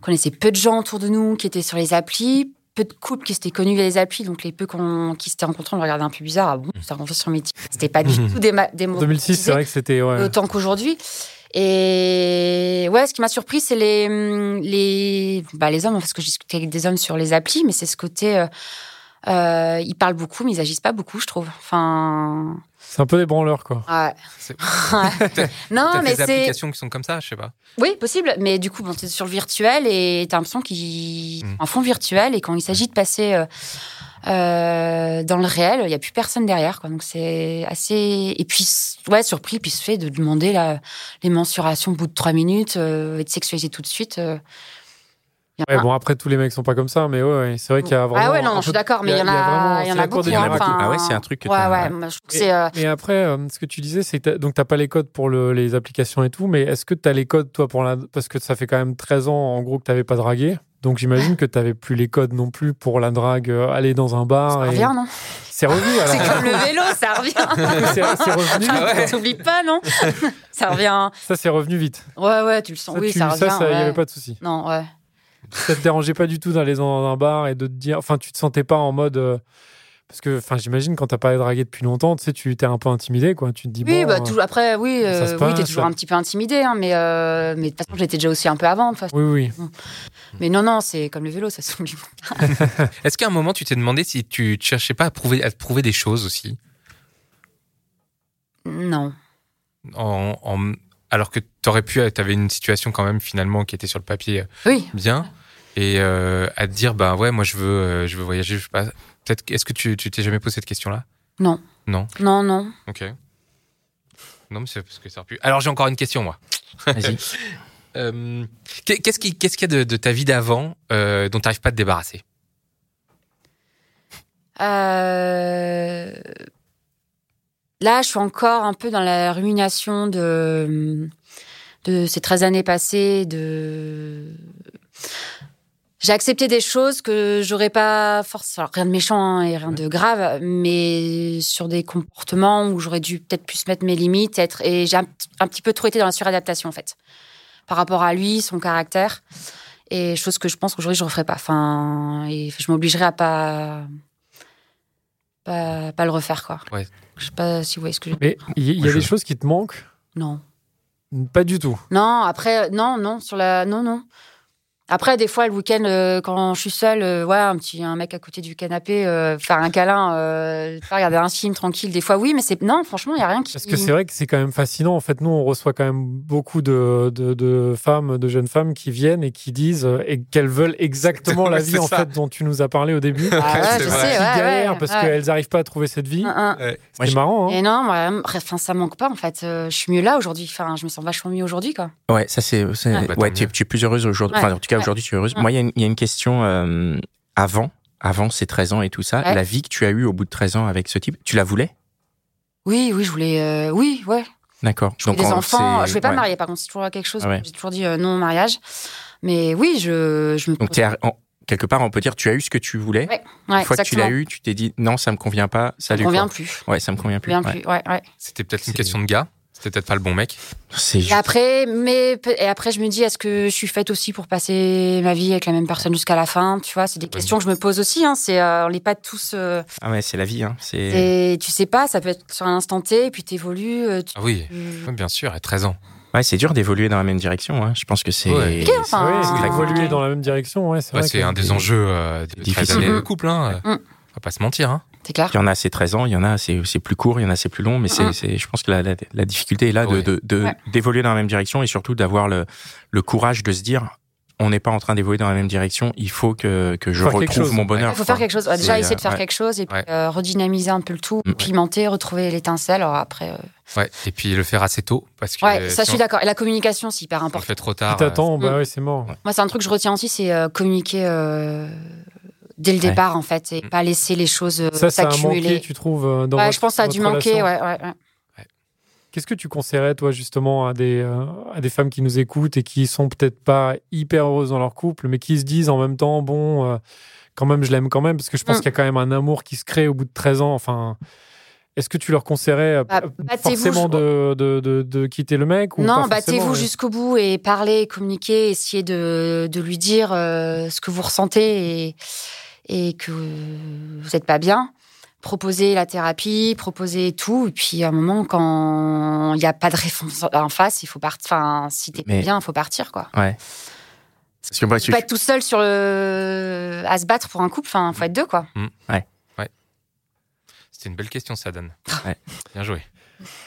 D: On connaissait peu de gens autour de nous qui étaient sur les applis. Peu de couples qui s'étaient connus via les applis. Donc, les peu qu'on- qui s'étaient rencontrés, on le regardait un peu bizarre. Ah bon, on s'est rencontrés sur Mythique. C'était pas du tout des, ma- des mots.
B: 2006, c'est vrai que c'était. Ouais.
D: Autant qu'aujourd'hui. Et ouais, ce qui m'a surpris, c'est les, hum, les, bah, les hommes, parce que j'ai discuté avec des hommes sur les applis, mais c'est ce côté euh, Euh, ils parlent beaucoup, mais ils agissent pas beaucoup, je trouve. Enfin,
B: C'est un peu des branleurs, quoi.
D: ouais.
C: C'est-
D: Ouais. non,
C: T'as
D: Oh, mais
C: des
D: c'est
C: applications qui sont comme ça, je sais pas.
D: oui possible, mais du coup, bon, t'es sur le virtuel et t'as l'impression qu'ils
B: Hmm.
C: Mm.
D: un fond virtuel et quand il s'agit de passer euh, euh, dans le réel, il y a plus personne derrière, quoi. Donc c'est assez et puis ouais surpris puis se fait de demander la... les mensurations au bout de trois minutes euh, et de sexualiser tout de suite. euh. Il y en
B: Ouais,
D: a-
B: bon, après, tous les mecs sont pas comme ça, mais ouais, ouais, c'est vrai qu'il y a vraiment.
D: ah ouais, non,
B: un
D: je suis
B: peu-
D: d'accord, mais
B: il
D: il
B: y a-
D: y, en
B: il y a vraiment-
D: a, il y
B: c'est
D: en
B: la
D: a
B: cour
D: beaucoup.
B: des
D: hein,
B: grands
D: enfin,
A: Ah ouais, c'est un truc que
D: Ouais,
A: t'as-
D: ouais, moi, je trouve que c'est. euh,
B: Et après, euh, ce que tu disais, c'est que t'as- donc t'as pas les codes pour le- les applications et tout, mais est-ce que tu as les codes toi pour la parce que ça fait quand même 13 ans en gros que t'avais pas dragué, donc j'imagine que t'avais plus les codes non plus pour la drague, euh, aller dans un
D: Ça
B: bar. et-
D: revient, non
B: C'est revenu. alors.
D: C'est Ah comme le vélo, ça revient.
B: C'est c'est revenu.
D: T'oublies pas, non Ça revient. hein.
B: Ça c'est revenu vite.
D: Ouais, ouais, tu le sens.
B: Ça,
D: oui,
B: tu-
D: ça
B: ça,
D: revient.
B: ça, il y
D: ouais.
B: avait pas de souci.
D: Non, ouais.
B: Ça te dérangeait pas du tout d'aller dans un bar et de te dire, enfin tu te sentais pas en mode. euh, Parce que, enfin, j'imagine quand t'as pas dragué depuis longtemps, tu sais, tu t'es un peu intimidé, quoi. Tu te dis
D: Oui,
B: bon,
D: bah,
B: euh,
D: tout- après, oui,
B: ça
D: euh,
B: se
D: oui, t'es
B: passe.
D: toujours un petit peu intimidé, hein, mais, euh, mais de toute façon, j'étais déjà aussi un peu avant. de toute façon.
B: Oui, oui.
D: Mais non, non, c'est comme le vélo, ça s'oublie.
C: Est-ce qu'à un moment, tu t'es demandé si tu tu cherchais pas à, prouver, à te prouver des choses aussi
D: Non.
C: en, en- Alors que t'aurais pu, t'avais une situation quand même finalement qui était sur le papier euh,
D: Oui.
C: bien. Et euh, à te dire, bah ouais, moi je veux, euh, je veux voyager, je sais pas. Peut-être, que- est-ce que tu tu t'es jamais posé cette question-là
D: Non.
C: Non.
D: Non, non.
C: Ok. Non, mais c'est parce que ça aurait pu. Alors j'ai encore une question, moi.
A: Vas-y.
C: Euh, qu'est- qu'est-ce qui- qu'est-ce qu'il y a de, de ta vie d'avant euh, dont t'arrives pas à te débarrasser
D: Euh, Là, je suis encore un peu dans la rumination de, hum, de ces 13 années passées. De... J'ai accepté des choses que j'aurais pas forcément. Rien de méchant hein, et rien de grave, mais sur des comportements où j'aurais dû peut-être plus mettre mes limites. Être... Et j'ai un, un petit peu trop été dans la suradaptation, en fait, par rapport à lui, son caractère. Et chose que je pense qu'aujourd'hui, je ne referai pas. Enfin, et je m'obligerai à pas pas, pas le refaire, quoi.
C: Ouais.
D: Je sais pas si vous voyez ce que je
B: Mais il y, il y a
C: Moi, je-
B: des choses qui te manquent.
D: Non.
B: Pas du tout.
D: Non, après, euh, non, non, sur la. Non, non. Après, des fois, le week-end, euh, quand je suis seule, euh, ouais, un petit un mec à côté du canapé, euh, faire un câlin, euh, faire regarder un film tranquille, des fois, oui, mais c'est. Non, franchement, il n'y a rien qui.
B: Parce que c'est vrai que c'est quand même fascinant. En fait, nous, on reçoit quand même beaucoup de, de, de femmes, de jeunes femmes qui viennent et qui disent euh, et qu'elles veulent exactement la
C: Ouais,
B: vie
C: c'est
B: en
C: ça.
B: fait dont tu nous as parlé au début.
D: Ah ouais,
C: C'est
D: je
C: vrai.
D: sais,
B: Qui
D: ouais,
B: galèrent
D: ouais,
B: parce
D: ouais.
B: qu'elles n'arrivent pas à trouver cette vie.
D: Un, un.
A: Moi,
B: C'est
A: j'ai-
B: marrant. Hein
D: Et non, moi, enfin, ça manque pas en fait. Euh, je suis mieux là aujourd'hui. Enfin, je me sens vachement mieux aujourd'hui, quoi.
A: Ouais, ça c'est. c'est-
D: Ouais.
C: Bah,
A: Ouais,
C: tant
A: tu, es,
C: mieux.
A: tu es plus heureuse aujourd'hui.
D: Ouais.
A: Enfin, en tout cas,
D: Ouais.
A: aujourd'hui, tu es heureuse.
D: Ouais.
A: Moi, il y, a une- il y a une question euh, avant. Avant ces 13 ans et tout ça,
D: Ouais.
A: la vie que tu as eue au bout de 13 ans avec ce type, tu la voulais
D: Oui, oui, je voulais. euh, oui, ouais.
A: D'accord.
D: Je voulais des
A: en-
D: enfants.
A: c'est-
D: Je vais pas me
A: ouais.
D: marier, par contre, c'est toujours quelque chose.
A: Ah ouais.
D: J'ai toujours dit euh, non au mariage. Mais oui, je, je me
A: Donc, t'es arri- en- quelque part, on peut dire, tu as eu ce que tu voulais.
D: Ouais,
A: Une fois
D: exactement.
A: que tu l'as eu, tu t'es dit, non, ça me convient pas,
D: Ça
A: salut.
D: me convient
A: quoi.
D: plus.
A: Ouais, ça me convient plus.
D: Convient
A: ouais.
D: plus. Ouais, ouais.
C: C'était peut-être une
A: C'est-
C: question de gars. C'était peut-être pas le bon mec.
A: C'est
D: Et
A: juste.
D: après, mais pe- et après, je me dis, est-ce que je suis faite aussi pour passer ma vie avec la même personne jusqu'à la fin Tu vois, c'est des questions que je me pose aussi. Hein, c'est, euh, on n'est pas tous. euh,
A: Ah ouais, c'est la vie. Hein. C'est.
D: et tu sais pas, ça peut être sur un instant T, et puis t'évolues. euh, tu-
C: Ah oui,
D: tu-
C: oui, bien sûr, à 13 ans.
A: Ouais, c'est dur d'évoluer dans la même direction. Hein. Je pense que c'est.
C: Ouais.
D: Ok, enfin,
B: Ouais,
A: c'est
B: c'est
A: très
B: évoluer
D: compliqué.
B: dans la même direction. Ouais, c'est
C: Ouais,
B: vrai
C: c'est
B: que-
C: un des enjeux euh, de
A: Difficile.
C: années de
D: Mhm.
C: couple. Hein.
D: Mhm.
C: On va pas se mentir. Hein.
D: C'est clair.
A: Il y en a c'est 13 ans, il y en a c'est c'est plus court, il y en a c'est plus long, mais c'est
D: Mhm.
A: c'est- je pense que la, la, la difficulté est là de
C: Ouais.
A: de- de-
D: Ouais.
A: d'évoluer dans la même direction et surtout d'avoir le le courage de se dire on n'est pas en train d'évoluer dans la même direction, il faut que que je
B: Faire quelque
A: retrouve
B: chose.
A: mon bonheur.
D: Il faut faire quelque chose. Ouais, déjà,
A: C'est,
D: essayer de faire
A: ouais.
D: quelque chose et puis
C: Ouais.
D: euh, redynamiser un peu le tout,
A: Mm.
D: pimenter, retrouver l'étincelle. Alors après, euh,
C: Ouais. Et puis le faire assez tôt parce que
D: ouais,
C: euh, si
D: ça, je
C: on-
D: suis d'accord. Et la communication, c'est hyper
C: on le
D: important.
C: fait trop
B: Si
C: tard. euh,
B: t'attends, bah
D: Mm.
B: ouais, c'est mort.
D: Moi, c'est un truc que je retiens aussi, c'est euh, communiquer euh, dès le
A: Ouais.
D: départ, en fait, et
C: Mm.
D: pas laisser les choses euh,
B: Ça, ça a manqué,
D: s'accumuler.
B: tu trouves euh, dans
D: Ouais,
B: votre-
D: je pense que ça a dû
B: votre
D: manquer,
B: relation.
D: ouais, ouais, ouais.
B: Qu'est-ce que tu conseillerais, toi, justement, à des, euh, à des femmes qui nous écoutent et qui sont peut-être pas hyper heureuses dans leur couple, mais qui se disent en même temps, bon, euh, quand même, je l'aime quand même, parce que je pense
D: Mm.
B: qu'il y a quand même un amour qui se crée au bout de 13 ans. Enfin, est-ce que tu leur conseillerais euh,
D: Bah,
B: euh,
D: battez-vous,
B: forcément de, de, de- de quitter le mec ou
D: Non,
B: pas forcément, euh
D: battez-vous
B: mais-
D: jusqu'au bout et parlez, communiquez, essayez de, de lui dire euh, ce que vous ressentez et, et que vous n'êtes pas bien. Proposez la thérapie, proposez tout. Et puis, à un moment, quand il n'y a pas de réponse en face, il faut partir. Enfin, si t'es pas
A: Mais-
D: bien, il faut partir, quoi.
A: Ouais. Parce que moi, je-
D: Faut pas être tout seul sur le... à se battre pour un couple. Enfin, faut être deux, quoi.
C: euh, C'était une belle question, ça donne.
A: Ouais.
C: Bien joué.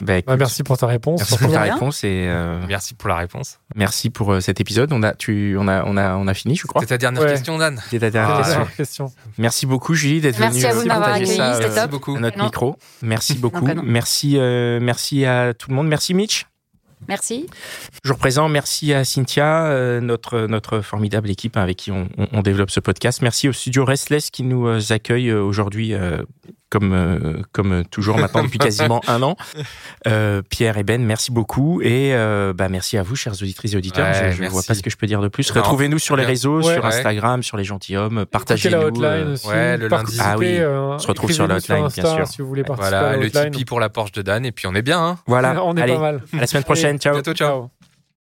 A: Bah, écoute,
B: Bah, merci pour ta réponse.
A: merci pour ta
D: De rien.
A: réponse et euh,
C: Merci pour la réponse.
A: merci pour euh, cet épisode. On a, tu, on a, on a, on a fini, je crois.
C: C'était ta dernière
B: Ouais.
C: question, Dan.
A: C'était ta dernière
C: Ah,
A: question.
B: Question. question.
A: Merci beaucoup, Julie, d'être venue
D: Merci à vous de
A: euh,
D: m'avoir
A: partager
D: accueilli,
A: ça,
D: c'était
A: euh,
D: top.
C: Merci beaucoup.
A: à notre
D: Non.
A: micro. Merci beaucoup.
D: pas non.
A: Merci, euh, merci à tout le monde. Merci, Mitch.
D: Merci.
A: Jour présent, merci à Cynthia, euh, notre, notre formidable équipe avec qui on, on- on développe ce podcast. Merci au studio Restless qui nous euh, accueille euh, aujourd'hui, euh, comme, euh, comme toujours maintenant depuis quasiment un an. Euh, Pierre et Ben, merci beaucoup. Et euh, bah, merci à vous, chers auditrices et auditeurs.
C: Ouais,
A: je ne
C: merci.
A: vois pas ce que je peux dire de plus.
C: Non.
A: Retrouvez-nous sur les
C: Bien.
A: réseaux,
B: Ouais.
A: sur
C: Ouais.
A: Instagram, sur les gentilshommes. Partagez-nous.
B: Écoutez la hotline
A: euh,
B: aussi.
C: ouais, le lundi.
B: Participez,
A: Ah oui.
B: euh,
A: On se retrouve sur la hotline,
B: écrivez-nous Insta
A: bien sûr.
B: Si vous voulez participer à
C: Voilà,
B: la
C: le
B: hotline.
C: Tipeee pour la Porsche de Dan. Et puis on est bien, hein.
A: voilà.
B: On est
A: Allez,
B: pas mal.
A: à la semaine prochaine. Ciao.
C: Bientôt, ciao.
B: Ciao.